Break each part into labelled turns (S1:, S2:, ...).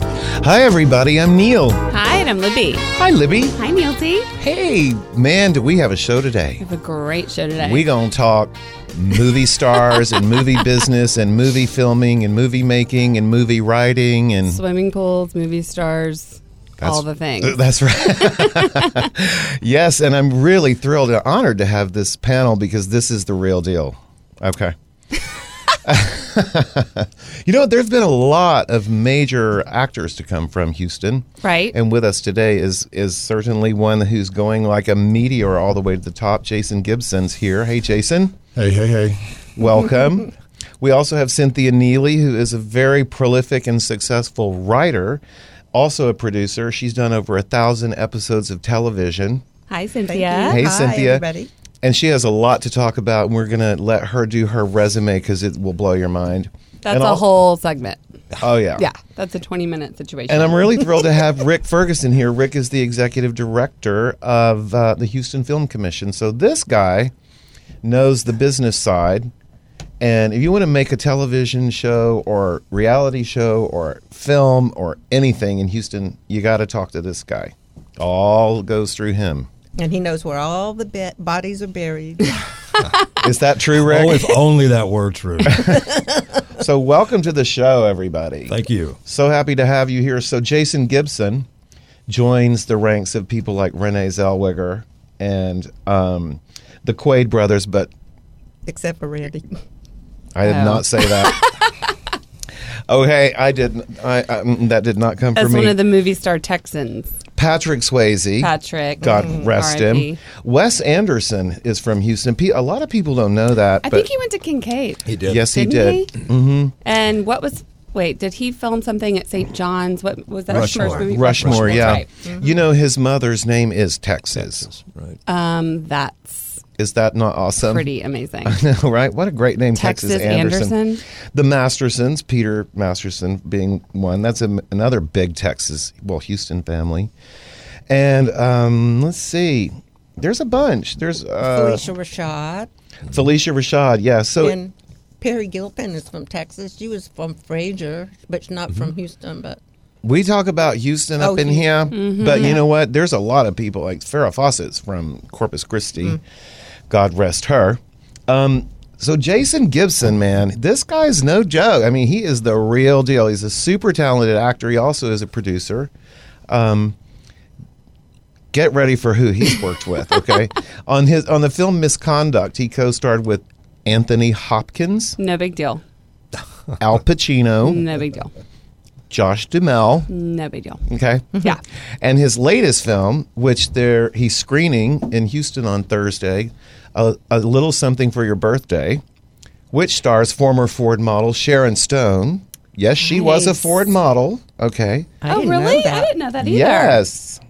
S1: Hi, everybody. I'm Neil.
S2: Hi, and I'm Libby.
S1: Hi, Libby.
S2: Hi, Neil T.
S1: Hey, man, do we have a show today?
S2: Have a great show today.
S1: We gonna talk movie stars and movie business and movie filming and movie making and movie writing and
S2: Swimming pools, movie stars,
S1: That's-
S2: all the things.
S1: Uh, That's right. yes, and I'm really thrilled and honored to have this panel because this is the real deal. Okay. you know, there's been a lot of major actors to come from Houston.
S2: Right.
S1: And with us today is is certainly one who's going like a meteor all the way to the top. Jason Gibson's here. Hey Jason.
S3: Hey, hey, hey.
S1: Welcome. we also have Cynthia Neely, who is a very prolific and successful writer, also a producer. She's done over a thousand episodes of television.
S2: Hi,
S4: Thank
S2: Cynthia.
S4: you.
S1: Hey,
S4: Hi,
S1: Cynthia.
S4: everybody.
S1: And she has a lot to talk about, and we're going to let her do her resume because it will blow your mind.
S2: That's
S1: And
S2: a
S1: al-
S2: whole segment.
S1: Oh, yeah.
S2: Yeah, that's a 20 minute situation.
S1: And I'm really thrilled to have Rick Ferguson here. Rick is the executive director of uh, the Houston Film Commission. So this guy knows the business side. And if you want to make a television show or reality show or film or anything in Houston, you got to talk to this guy. All goes through him.
S4: And he knows where all the be- bodies are buried.
S1: Is that true, Rick?
S3: Oh, if only that were true.
S1: So welcome to the show, everybody.
S3: Thank you.
S1: So happy to have you here. So Jason Gibson joins the ranks of people like Renee Zellweger and um, the Quaid brothers, but
S4: Except for Randy.
S1: I did
S2: Oh.
S1: not say that. oh, hey, I didn't. I, I mm, that did not come
S2: That's
S1: from
S2: one
S1: me.
S2: of the movie star Texans,
S1: Patrick Swayze.
S2: Patrick.
S1: God
S2: Mm,
S1: rest
S2: R.I.P..
S1: him. Wes Anderson is from Houston. Pe- A lot of people don't know that.
S2: I
S1: but
S2: think he went to Kincaid.
S3: He did.
S1: Yes, he
S2: Didn't
S1: did. Mm-hmm.
S2: he? And what was, wait, did he film something at St. John's? What was that? his first
S3: Rushmore.
S2: movie?
S1: Rushmore,
S2: that's
S1: yeah.
S2: right. Mm-hmm.
S1: You know, his mother's name is Texas.
S3: Right.
S2: Um, that's
S1: Is that not awesome?
S2: pretty amazing.
S1: know, right? What a great name, Texas,
S2: Texas
S1: Anderson.
S2: Anderson.
S1: The Mastersons, Peter Masterson being one. That's a, another big Texas, well, Houston family. And um, let's see, there's a bunch. There's uh,
S4: Felicia Rashad.
S1: Felicia Rashad, yeah.
S2: oh,
S1: So
S4: and Perry Gilpin is from Texas. She was from Frazier, but she's not
S2: Mm-hmm.
S4: from Houston. But
S1: we talk about Houston up
S4: Oh,
S1: in
S4: Houston.
S1: here, but you know what? There's a lot of people like Farrah Fawcett's from Corpus Christi.
S4: Mm.
S1: God rest her. Um, so Jason Gibson, man, this guy's no joke. I mean, he is the real deal. He's a super talented actor. He also is a producer. Um, get ready for who he's worked with. Okay, on his on the film Misconduct, he co-starred with Anthony Hopkins,
S2: No big deal.
S1: Al
S4: Mm.
S1: Pacino,
S2: No big deal.
S1: Josh Duhamel.
S2: No big deal.
S1: Okay.
S2: Yeah.
S1: And his latest film, which there he's screening in Houston on Thursday, a, a little something for your birthday, which stars former Ford model Sharon Stone. Yes, she was a
S2: Nice.
S1: Ford model. Okay.
S4: I
S2: oh,
S4: didn't
S2: really?
S4: know that.
S2: I didn't know that either.
S1: Yes.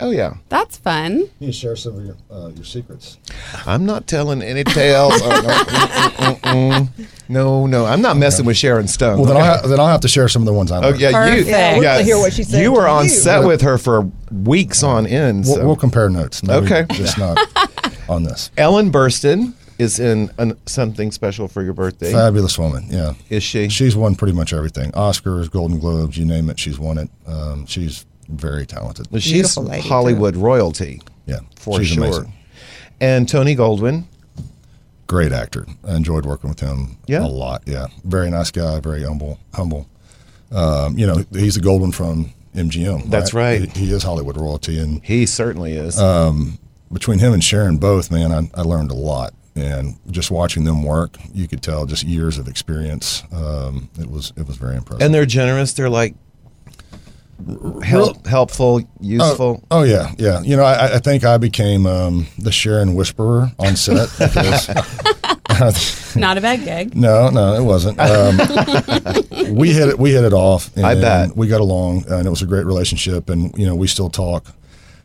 S1: Oh yeah.
S2: That's fun.
S5: You can share some of your, uh, your secrets.
S1: I'm not telling any tales. Oh, no. Mm, mm, mm, mm. no, no, I'm not messing with Sharon Stone.
S5: Well, then I'll,
S1: okay?
S5: ha- then I'll have to share some of the ones I
S1: Oh
S5: learned.
S1: yeah, you.
S2: Perfect. Yeah, we'd
S4: like to hear what she said
S1: You were
S4: to
S1: on
S4: you.
S1: set with her for weeks on end.
S5: We'll,
S1: so.
S5: we'll compare notes. Maybe
S1: Okay.
S5: Just not on this.
S1: Ellen Burstyn is in an, something special for your birthday.
S5: Fabulous woman. Yeah.
S1: Is she?
S5: She's won pretty much everything Oscars, Golden Globes, you name it, she's won it. Um, she's very talented.
S1: Well, she's
S4: Beautiful lady,
S1: Hollywood royalty
S5: Yeah.
S1: for
S5: she's
S1: sure.
S5: amazing.
S1: And Tony Goldwyn.
S5: Great actor. I enjoyed working with him
S1: Yeah?
S5: a lot. Yeah. Very nice guy, very humble. humble. Um, you know, he's the Golden from MGM.
S1: That's right.
S5: He, he is Hollywood royalty. And
S1: He certainly is.
S5: Uh, between him and Sharon both, man, I, I learned a lot. And just watching them work, you could tell just years of experience. Um, it was it was very impressive.
S1: and they're generous. They're like help, helpful, useful.
S5: oh yeah, yeah. You know, I, I think I became um, the Sharon whisperer on set. because-
S2: Not a bad gig.
S5: no, no, it wasn't. Um, we hit it. We hit it off. And
S1: I bet.
S5: we got along, and it was a great relationship. And you know, we still talk.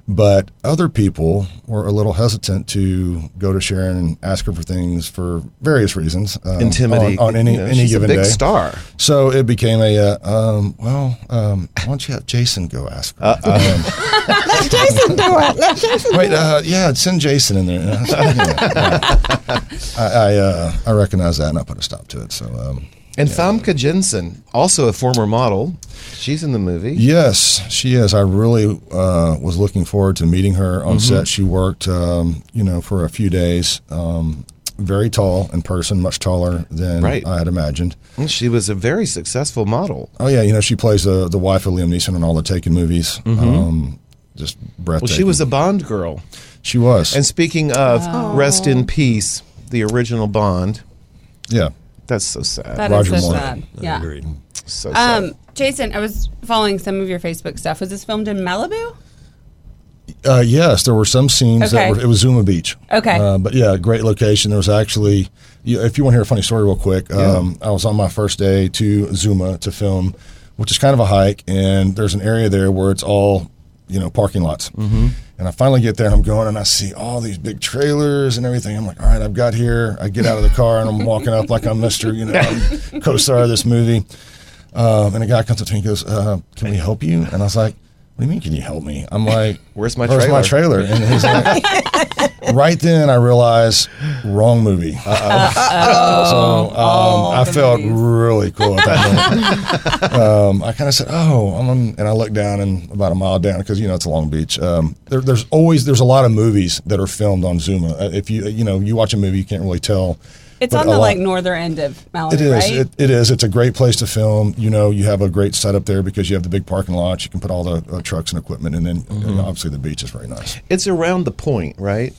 S5: But other people were a little hesitant to go to Sharon and ask her for things for various reasons. Um,
S1: Intimidate.
S5: on, on any
S1: You know,
S5: any
S1: she's a
S5: given
S1: big
S5: day.
S1: star.
S5: So it became a uh, um, well. Um, why don't you have Jason go ask her?
S1: Uh.
S5: Um,
S4: let Jason do it. Let Jason
S5: wait, uh, yeah, send Jason in there. Yeah, I, I, uh, I recognize that, and I put a stop to it. So um,
S1: And Thamka Jensen, also a former model, she's in the movie.
S5: Yes, she is. I really uh, was looking forward to meeting her on set. She worked, um, you know, for a few days. Um, very tall in person, much taller than
S1: Right.
S5: I had imagined.
S1: And She was a very successful model.
S5: Oh yeah, you know, she plays the the wife of Liam Neeson in all the Taken movies. Um, just
S1: Well,
S5: breathtaking.
S1: she was a Bond girl.
S5: She was.
S1: And speaking of, rest in peace, the original Bond.
S5: yeah.
S1: That's so sad.
S2: That is
S5: Roger
S2: so
S5: Moore.
S2: sad. Yeah.
S3: Agreed.
S1: so sad.
S2: Um, Jason, I was following some of your Facebook stuff. Was this filmed in Malibu?
S5: Uh, yes, there were some scenes
S2: Okay.
S5: that were, it was Zuma Beach.
S2: Okay.
S5: Uh, but yeah, great location. There was actually, you, if you want to hear a funny story real quick, um, I was on my first day to Zuma to film, which is kind of a hike. And there's an area there where it's all, you know, parking lots. Mm-hmm. And I finally get there and I'm going and I see all these big trailers and everything. I'm like, all right, I've got here. I get out of the car and I'm walking up like I'm Mr., you know, I'm co-star of this movie. Um, and a guy comes up to me and goes, uh, Can we help you? And I was like, What do you mean, can you help me? I'm like,
S1: Where's my
S5: Where's my trailer? And he's like, Right then, I realized, wrong movie. Uh-oh. So um, I
S2: the
S5: felt
S2: movies.
S5: really cool at that moment. um, I kind of said, Oh, I'm on, and I looked down and about a mile down because, you know, it's a Long Beach. Um, there, there's always, there's a lot of movies that are filmed on Zuma. Uh, If you, you know, you watch a movie, you can't really tell.
S2: It's
S5: but
S2: on
S5: a
S2: the
S5: lot-
S2: like northern end of Malibu,
S5: it is.
S2: right?
S5: It, it is. It's a great place to film. You know, you have a great setup there because you have the big parking lot. You can put all the uh, trucks and equipment, and then uh, obviously the beach is very nice.
S1: it's around the point, right?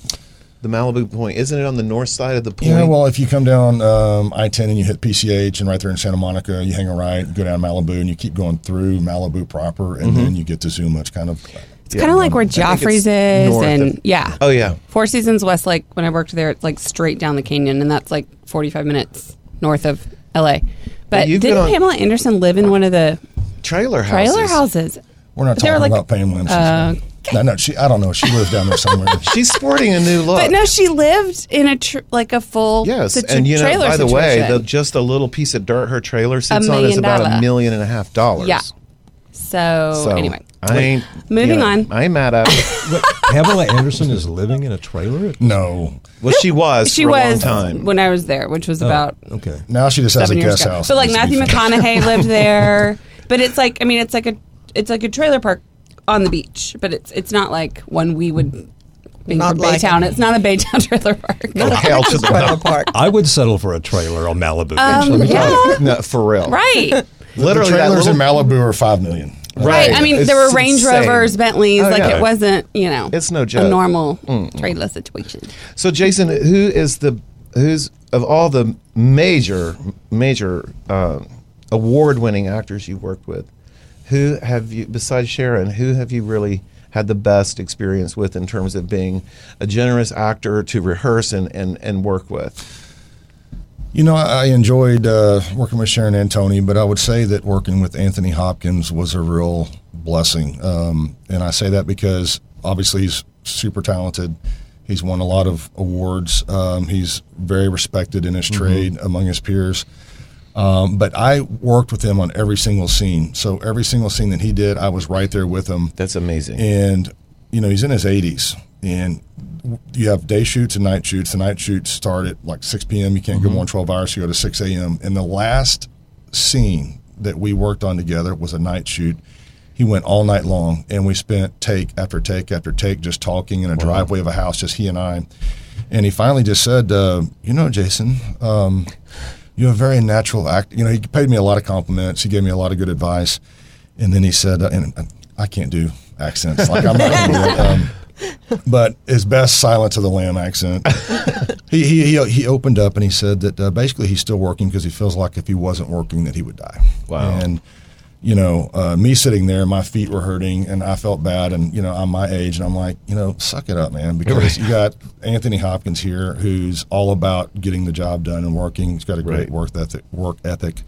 S1: The Malibu point. Isn't it on the north side of the point?
S5: Yeah. Well, if you come down um, I ten and you hit PCH, and right there in Santa Monica, you hang a right, you go down Malibu, and you keep going through Malibu proper,
S2: Mm-hmm.
S5: and then you get to Zuma. It's kind of
S2: It's kind of like where Joffrey's
S1: it's
S2: is,
S1: north
S2: and
S1: of-
S2: yeah,
S1: oh, yeah.
S2: Four Seasons West. Like when I worked there, it's like straight down the canyon, and that's like forty-five minutes north of L.A. But
S1: you've been
S2: didn't
S1: on-
S2: Pamela Anderson live in one of the
S1: Trailer houses.
S2: trailer houses?
S5: we're not
S2: They were
S5: talking
S2: like-
S5: about Pam Limson.
S2: Uh,
S5: no, no, she. I don't know. She lives down there somewhere.
S1: She's sporting a new look.
S2: But no, she lived in a tr- like a full
S1: Yes,
S2: situ-
S1: and you know,
S2: trailer
S1: by the way,
S2: situation.
S1: the, just a little piece of dirt her trailer sits on is
S2: million
S1: about a
S2: dollar.
S1: million and a half dollars.
S2: yeah. So,
S1: So
S2: anyway,
S1: I ain't
S2: Moving on.
S1: I ain't mad at. Her.
S3: But Pamela Anderson is living in a trailer.
S5: no.
S1: Well, she was.
S2: she
S1: for
S2: was
S1: a long time. Oh,
S2: when I was there, which was about
S3: Okay.
S5: Now she just has a
S2: seven years
S5: guest
S2: ago.
S5: house.
S2: But like
S5: It used to be
S2: Matthew
S5: fantastic.
S2: McConaughey lived there. But it's like I mean, it's like a it's like a trailer park on the beach, but it's it's not like one we would being
S4: Not
S2: from
S4: like-
S2: Baytown. It's not a Baytown trailer park.
S1: Hell to the
S4: Trailer park.
S3: I would settle for a trailer on Malibu.
S2: Um,
S3: actually.
S2: yeah,
S1: no, for real.
S2: right.
S1: Literally,
S5: the
S1: that
S5: trailers
S1: little,
S5: in Malibu are five million.
S2: Right. I mean,
S1: It's
S2: there were Range
S1: insane.
S2: Rovers, Bentleys.
S1: Oh,
S2: like
S1: yeah.
S2: it wasn't, you know,
S1: It's no
S2: a
S1: joke.
S2: normal trailer situation.
S1: So, Jason, who is the who's of all the major major uh, award winning actors you worked with? Who have you besides Sharon? Who have you really had the best experience with in terms of being a generous actor to rehearse and and, and work with?
S5: You know, I I enjoyed uh, working with Sharon and Tony, but I would say that working with Anthony Hopkins was a real blessing. Um, and I say that because obviously he's super talented. He's won a lot of awards. Um, he's very respected in his trade among his peers. Um, but I worked with him on every single scene. So every single scene that he did, I was right there with him
S1: That's amazing.
S5: and you know he's in his 80s and you have day shoots and night shoots the night shoots start at like 6 p.m you can't go more than 12 hours so you go to 6 a.m and the last scene that we worked on together was a night shoot he went all night long and we spent take after take after take just talking in a driveway of a house just he and i and he finally just said uh, you know jason um, you're a very natural act. You know, he paid me a lot of compliments. He gave me a lot of good advice. And then he said, uh, and uh, I can't do accents. Like, I'm not going to do it. Um, but his best Silence of the Lamb accent. he, he, he, he opened up and he said that uh, basically he's still working because he feels like if he wasn't working that he would die.
S1: Wow.
S5: And, you know, uh, me sitting there, my feet were hurting and I felt bad. And, you know, I'm my age and I'm like, you know, suck it up, man, because you got Anthony Hopkins here who's all about getting the job done and working. He's got a great
S1: Right.
S5: work ethic, work ethic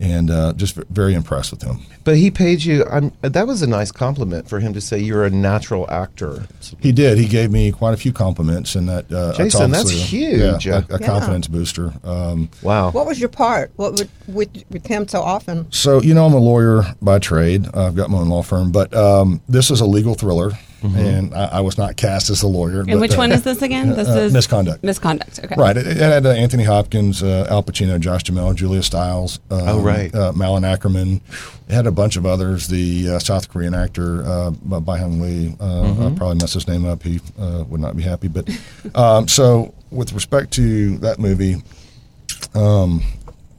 S5: and uh, just v- very impressed with him.
S1: But he paid you. I'm, that was a nice compliment for him to say you're a natural actor.
S5: He did. He gave me quite a few compliments, and that uh,
S1: Jason,
S5: it's
S1: that's
S5: obviously a-
S1: huge.
S5: yeah, a, a
S4: Yeah.
S5: confidence booster. Um,
S1: Wow.
S4: What was your part? What would with with him so often?
S5: so you know, I'm a lawyer by trade. I've got my own law firm, but um, this is a legal thriller.
S1: Mm-hmm.
S5: and I, I was not cast as the lawyer.
S2: And which one is this again? This
S5: uh,
S2: is
S5: misconduct.
S2: Misconduct. Okay.
S5: Right. It, it had uh, Anthony Hopkins, uh, Al Pacino, Josh Duhamel, Julia Stiles. Um,
S1: Oh, right.
S5: Uh, Malin Ackerman. It had a bunch of others. The uh, South Korean actor, uh, Bai Hung Lee. Uh, I probably messed his name up. He uh, would not be happy. But um, so, with respect to that movie, um,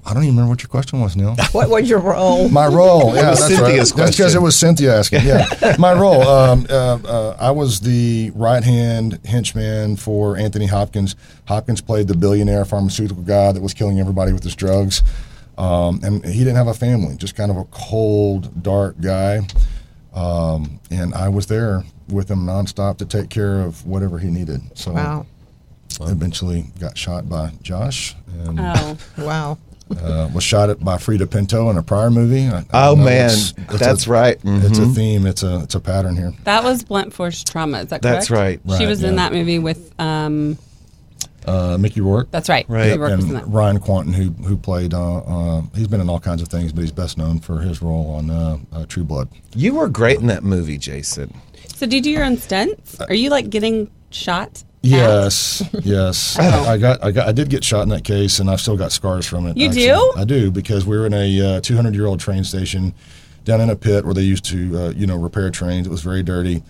S5: I don't even remember what your question was, Neil.
S4: What was your role?
S5: My role, yeah,
S1: was
S5: that's
S1: Cynthia's
S5: right. That's because
S1: question.
S5: it was Cynthia asking. Yeah, my role. Um, uh, uh, I was the right hand henchman for Anthony Hopkins. Hopkins played the billionaire pharmaceutical guy that was killing everybody with his drugs, um, and he didn't have a family. Just kind of a cold, dark guy, um, and I was there with him nonstop to take care of whatever he needed. So
S4: Wow.
S5: eventually got shot by Josh and
S2: Oh.
S4: Wow.
S5: uh, was shot at by Frida Pinto in a prior movie. I- I
S1: Oh,
S5: know
S1: man. That's
S5: a,
S1: right. Mm-hmm.
S5: It's a theme. It's a it's a pattern here.
S2: That was blunt force trauma. Is that correct?
S1: That's right.
S2: She
S5: Right,
S2: was in
S5: yeah.
S2: that movie with. um
S5: Uh, Mickey Rourke.
S2: That's right.
S1: Right.
S2: He worked with that.
S5: and Ryan Quanten, who who played, uh, uh, he's been in all kinds of things, but he's best known for his role on uh, uh, True Blood.
S1: You were great in that movie, Jason.
S2: So do you do your own stunts?
S1: Uh,
S2: Are you like getting shot? at?
S5: Yes, yes. I, I got, I got, I did get shot in that case, and I've still got scars from it.
S2: You do?
S5: I do because we were in a 200 year old train station down in a pit where they used to, uh, you know, repair trains. It was very dirty.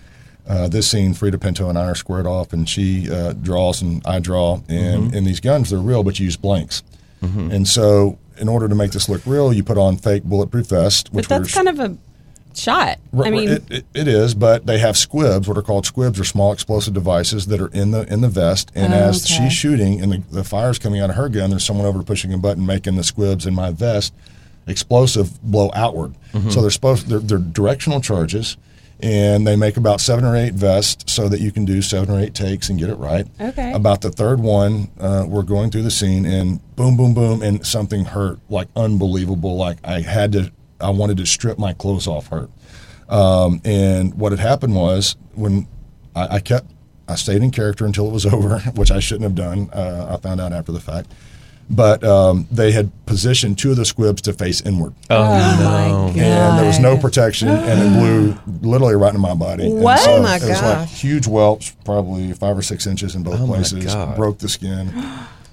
S5: Uh, this scene, Frida Pinto and I are squared off, and she uh, draws and I draw. And in these guns, they're real, but you use blanks. And so, in order to make this look real, you put on fake bulletproof vest,
S2: But
S5: which
S2: that's
S5: were
S2: kind of a shot. I
S5: Right, right.
S2: mean,
S5: it, it, it is, but they have squibs. What are called squibs are small explosive devices that are in the in the vest. And
S2: Oh,
S5: as
S2: okay.
S5: she's shooting, and the, the fire's coming out of her gun, there's someone over pushing a button, making the squibs in my vest explosive blow outward. So they're supposed they're, they're directional charges, and they make about seven or eight vests so that you can do seven or eight takes and get it right.
S2: Okay.
S5: About the third one, uh, we're going through the scene, and boom, boom, boom, and something hurt like unbelievable. Like I had to, I wanted to strip my clothes off. Hurt. Um, and what had happened was when I, I kept, I stayed in character until it was over, which I shouldn't have done. Uh, I found out after the fact. But um, they had positioned two of the squibs to face inward.
S4: Oh, my God.
S5: And there was no protection, and it blew literally right into my body. And
S2: What?
S5: so
S4: Oh, my
S5: it was like
S4: gosh.
S5: huge whelps, probably five or six inches in both
S1: Oh my
S5: places.
S1: God.
S5: Broke the skin.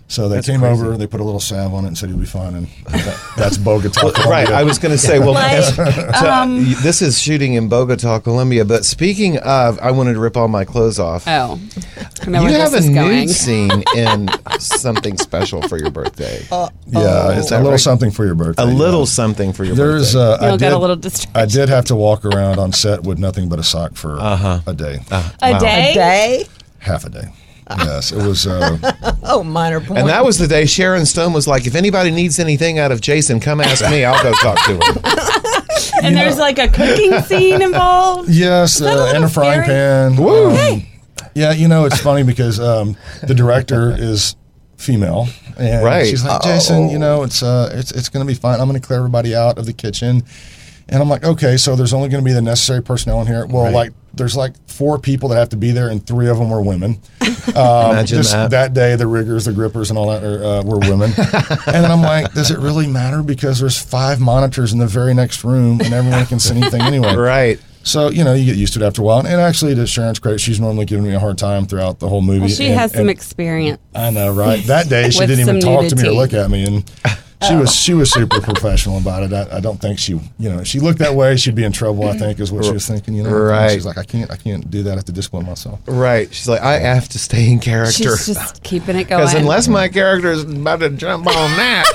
S5: So they
S1: That's
S5: came
S1: crazy.
S5: over, they put a little salve on it, and said he'll be fine. And that, that's Bogota.
S1: Right.
S5: Colombia.
S1: I was going to say, well,
S2: Like, um,
S1: to- this is shooting in Bogota, Colombia. But speaking of, I wanted to rip all my clothes off.
S2: oh, I know
S1: you
S2: where this
S1: have a
S2: is
S1: nude
S2: going.
S1: scene in something special for your birthday.
S2: Oh,
S5: Yeah,
S1: Oh. Is
S5: it's
S1: that
S5: a little
S1: right?
S5: something for your birthday.
S1: a
S5: yeah.
S1: little something for your
S5: There's
S1: birthday.
S5: uh,
S2: You
S5: I
S2: all got
S5: did
S2: a little
S5: I
S2: distracted.
S5: did have to walk around on set with nothing but a sock for a day,
S2: A day.
S4: A day?
S5: half a day. Yes, it was. Uh,
S4: Oh, minor point.
S1: and that was the day Sharon Stone was like, if anybody needs anything out of Jason, come ask me. I'll go talk to him.
S2: And there's like a cooking scene involved.
S5: yes,
S2: that a
S5: uh, and
S2: little
S5: a frying
S2: scary?
S5: pan. Um, yeah, you know it's funny because um, the director is female, and
S1: Right.
S5: she's like, Jason, you know it's uh, it's it's going to be fine. I'm going to clear everybody out of the kitchen, and I'm like, okay, so there's only going to be the necessary personnel in here. Well,
S1: Right.
S5: like there's like four people that have to be there, and three of them were women. Um,
S1: Imagine
S5: just
S1: that.
S5: that. day, the riggers, the grippers, and all that are, uh, were women. and then I'm like, does it really matter? Because there's five monitors in the very next room, and everyone can see anything anyway.
S1: Right.
S5: So you know, you get used to it after a while. And actually, to Sharon's credit, she's normally giving me a hard time throughout the whole movie.
S2: Well, she
S5: and-
S2: has some
S5: and-
S2: experience.
S5: I know, right? That day, she
S2: With
S5: didn't even
S2: some
S5: talk to me or
S2: nudity. Oh.
S5: look at me, and she was she was super professional about it. I, I don't think she, you know, if she looked that way, she'd be in trouble. I think is what she was thinking. You know,
S1: Right.
S5: She's like, I can't, I can't do that. I have to discipline myself.
S1: Right. She's like, I have to stay in character.
S2: She's just keeping it going.
S1: Because unless my character is about to jump on that.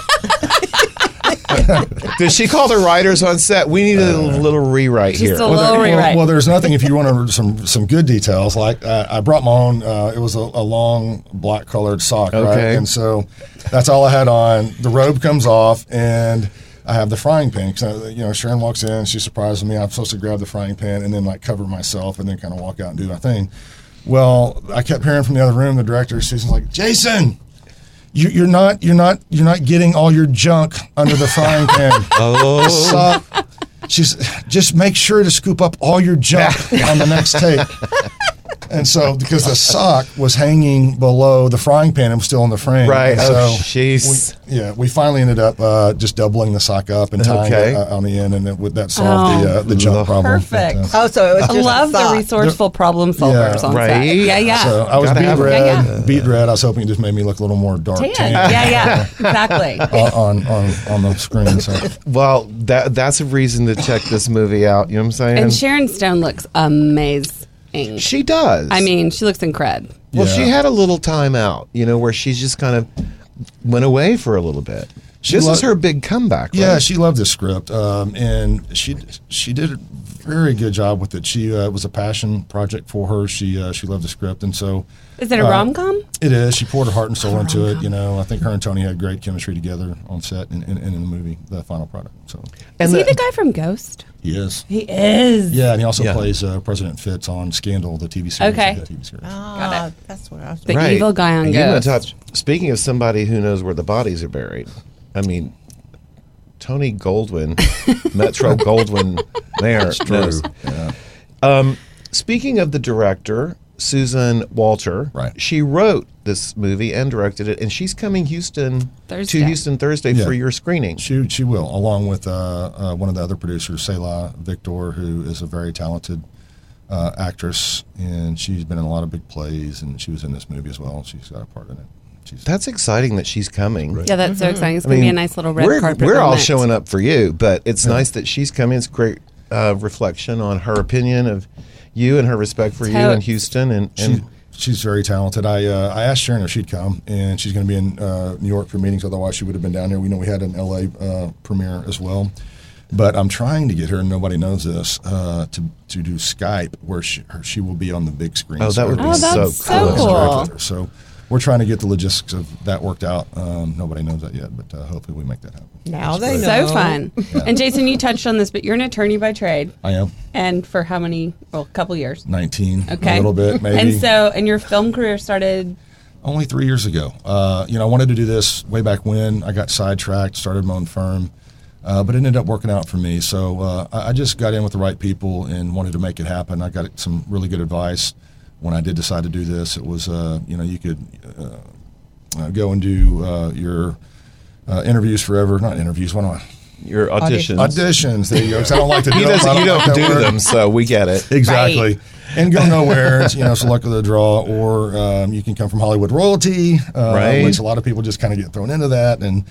S1: Did she call the writers on set? We need a
S5: Uh,
S1: little rewrite
S2: Just
S1: here.
S2: a little
S5: there-
S2: rewrite.
S5: well, there's nothing if you want to, some some good details. Like uh, I brought my own. Uh, it was a, a long black colored sock, right?
S1: Okay.
S5: And so that's all I had on. The robe comes off, and I have the frying pan. 'Cause, uh, you know, Sharon walks in, she surprises me. I'm supposed to grab the frying pan and then like cover myself and then kind of walk out and do my thing. Well, I kept hearing from the other room. The director, Susan's like, Jason. You, you're not you're not you're not getting all your junk under the frying pan.
S1: oh,
S5: Sup? She's just make sure to scoop up all your junk on the next tape. And so, because the sock was hanging below the frying pan and was still in the frame.
S1: Right.
S5: And
S1: Oh,
S5: so
S1: jeez.
S5: we- yeah, we finally ended up uh, just doubling the sock up and tying
S1: Okay.
S5: it uh, on the end, and it, would- that solved the,
S2: Oh,
S5: uh, the jump
S1: Lord.
S5: problem.
S2: Perfect.
S5: But, uh,
S4: Oh, so it was
S2: I
S4: just
S2: love the
S4: sock.
S2: resourceful problem solvers on
S1: Right? oh,
S2: set. Yeah, yeah.
S5: So I was
S1: Gotta
S5: beat
S1: have it.
S5: red,
S2: Yeah, yeah.
S5: beat red. I was hoping it just made me look a little more dark tan,
S2: Tan. Yeah, yeah. Exactly.
S5: on, on on on the screen. So
S1: Well, that that's a reason to check this movie out. You know what I'm saying?
S2: And Sharon Stone looks amazing.
S1: she does.
S2: I mean, she looks incredible.
S1: well, she
S5: Yeah.
S1: had a little time out, you know, where she's just kind of went away for a little bit.
S5: She
S1: this
S5: lo-
S1: is her big comeback. Right?
S5: yeah, she loved this script, um, and she she did a very good job with it. She uh, it was a passion project for her. She uh, she loved the script, and so
S2: Is it a rom com?
S5: it is. She poured her heart and soul into it. You know, I think her and Tony had great chemistry together on set and, and, and in the movie, the final product. So
S2: Is
S1: and
S2: he
S1: the-
S2: the guy from Ghost?
S5: yes.
S2: He is.
S5: Yeah, and he also
S1: Yeah.
S5: plays uh, President Fitz on Scandal, the TV series.
S2: Okay.
S5: the TV series.
S4: Ah, that's what I was.
S2: The evil guy on
S1: You wanna
S2: Ghost.
S1: talk- speaking of somebody who knows where the bodies are buried, I mean, Tony Goldwyn, Metro Goldwyn Mayer. knows.
S5: Yeah.
S1: Speaking of the director, Susan Walter,
S5: Right.
S1: she wrote this movie and directed it, and she's coming Houston
S2: Thursday.
S1: to Houston Thursday
S5: Yeah.
S1: for your screening.
S5: She she will, along with uh, uh, one of the other producers, Selah Victor, who is a very talented uh, actress, and she's been in a lot of big plays, and she was in this movie as well. She's got a part in it. She's
S1: That's exciting that she's coming.
S2: Yeah, that's so exciting. It's
S1: I
S2: gonna be
S1: mean,
S2: a nice little red
S1: we're,
S2: carpet.
S1: We're all
S2: moment.
S1: showing up for you, but it's nice that she's coming. It's great uh, reflection on her opinion of you and her respect for you
S2: Totes.
S1: and Houston and. and
S5: she, she's very talented. I uh, I asked Sharon if she'd come, and she's going to be in uh, New York for meetings. Otherwise, she would have been down here. We know we had an LA uh, premiere as well, but I'm trying to get her, and nobody knows this, uh, to to do Skype where she her, she will be on the big screen.
S1: Oh, that would
S5: So
S1: be
S2: Oh,
S1: so
S2: that's so
S1: cool.
S5: it's direct
S2: cool.
S5: with her. So. We're trying to get the logistics of that worked out. Um, nobody knows that yet, but uh, hopefully we make that happen.
S4: Now they know.
S2: So fun. And Jason, you touched on this, but you're an attorney by trade,
S5: I am
S2: and for how many? Well, a couple years.
S5: 19,
S2: Okay.
S5: a little bit maybe.
S2: And so, and your film career started.
S5: only three years ago. Uh, you know, I wanted to do this way back when. I got sidetracked, started my own firm, uh, but it ended up working out for me. So uh, I, I just got in with the right people and wanted to make it happen. I got some really good advice when I did decide to do this. It was, uh, you know, you could uh, uh, go and do uh, your uh, interviews forever. Not interviews. What am I?
S1: Your auditions.
S5: Auditions. There you go. 'cause I don't like to do
S1: He
S5: them.
S1: doesn't,
S5: I
S1: you
S5: like
S1: don't
S5: that
S1: do
S5: word.
S1: them, so we get it.
S5: Exactly.
S2: Right.
S5: And go nowhere. It's, you know, it's the luck of the draw, or um, you can come from Hollywood royalty, uh,
S1: Right.
S5: which a lot of people just kind of get thrown into that, and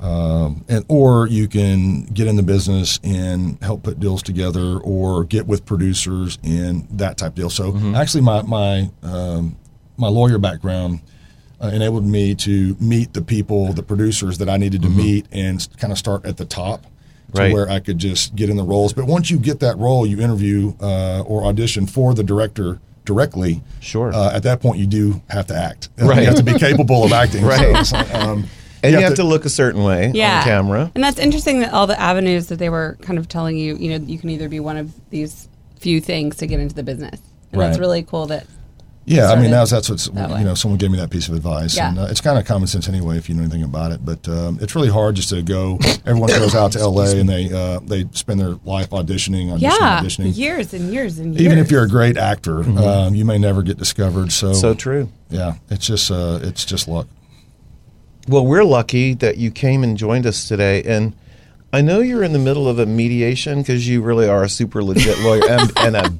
S5: um, and or you can get in the business and help put deals together, or get with producers and that type of deal. So
S1: Mm-hmm.
S5: actually, my my um, my lawyer background. Uh, enabled me to meet the people, the producers that I needed to meet, and kind of start at the top to
S1: Mm-hmm. Right.
S5: where I could just get in the roles. But once you get that role, you interview uh, or audition for the director directly.
S1: Sure.
S5: Uh, at that point, you do have to act.
S1: Right.
S5: You have to be capable of acting.
S1: Right.
S5: So it's like, um,
S1: And you have to, look a certain way
S2: Yeah.
S1: on camera.
S2: And that's interesting that all the avenues that they were kind of telling you, you know, you can either be one of these few things to get into the business. And that's
S5: Right.
S2: really cool that
S5: Yeah, I
S2: started
S5: mean, that's that's what's
S2: that way.
S5: you know. Someone gave me that piece of advice,
S2: Yeah.
S5: and uh, it's kind of common sense anyway if you know anything about it. But um, it's really hard just to go. Everyone goes out to L.A. and they uh, they spend their life auditioning, auditioning,
S2: Yeah,
S5: auditioning.
S2: years and years and years.
S5: Even if you're a great actor, um, you may never get discovered. So,
S1: Mm-hmm. So true.
S5: yeah, it's just uh, it's just luck.
S1: Well, we're lucky that you came and joined us today. And I know you're in the middle of a mediation because you really are a super legit lawyer and, and a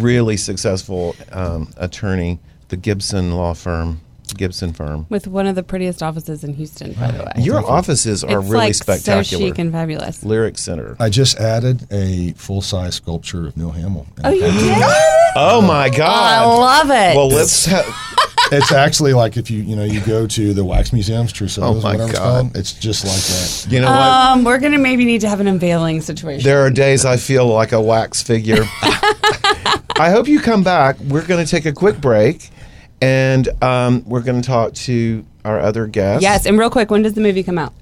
S1: really successful um, attorney, the Gibson Law Firm, Gibson Firm.
S2: with one of the prettiest offices in Houston, by the way.
S1: Your offices are
S2: it's
S1: really
S2: like
S1: spectacular.
S2: so chic and fabulous.
S1: Lyric Center.
S5: I just added a full size sculpture of Neil Hamel.
S2: Oh, you did?
S1: Oh my God!
S2: love it.
S1: Well, let's. Ha-
S5: It's actually like if you you know you go to the wax museums, Trousseau's,
S1: Oh,
S5: or
S1: my
S5: whatever it's
S1: God.
S5: called. It's just like that.
S1: you know what?
S2: Um, we're gonna maybe need to have an unveiling situation.
S1: There are days I feel like a wax figure. I hope you come back. We're going to take a quick break and um, we're going to talk to our other guest.
S2: yes, and real quick, when does the movie come out?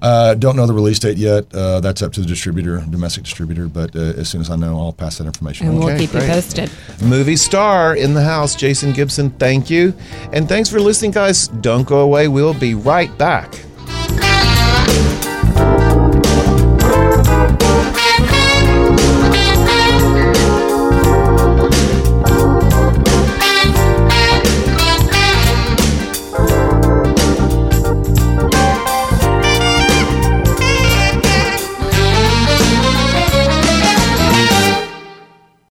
S5: Uh, don't know the release date yet. Uh, that's up to the distributor, domestic distributor. But uh, as soon as I know, I'll pass that information.
S2: And
S5: on.
S2: we'll
S1: Okay,
S2: keep
S1: great.
S2: you posted.
S1: Movie star in the house, Jason Gibson, thank you. And thanks for listening, guys. Don't go away. We'll be right back.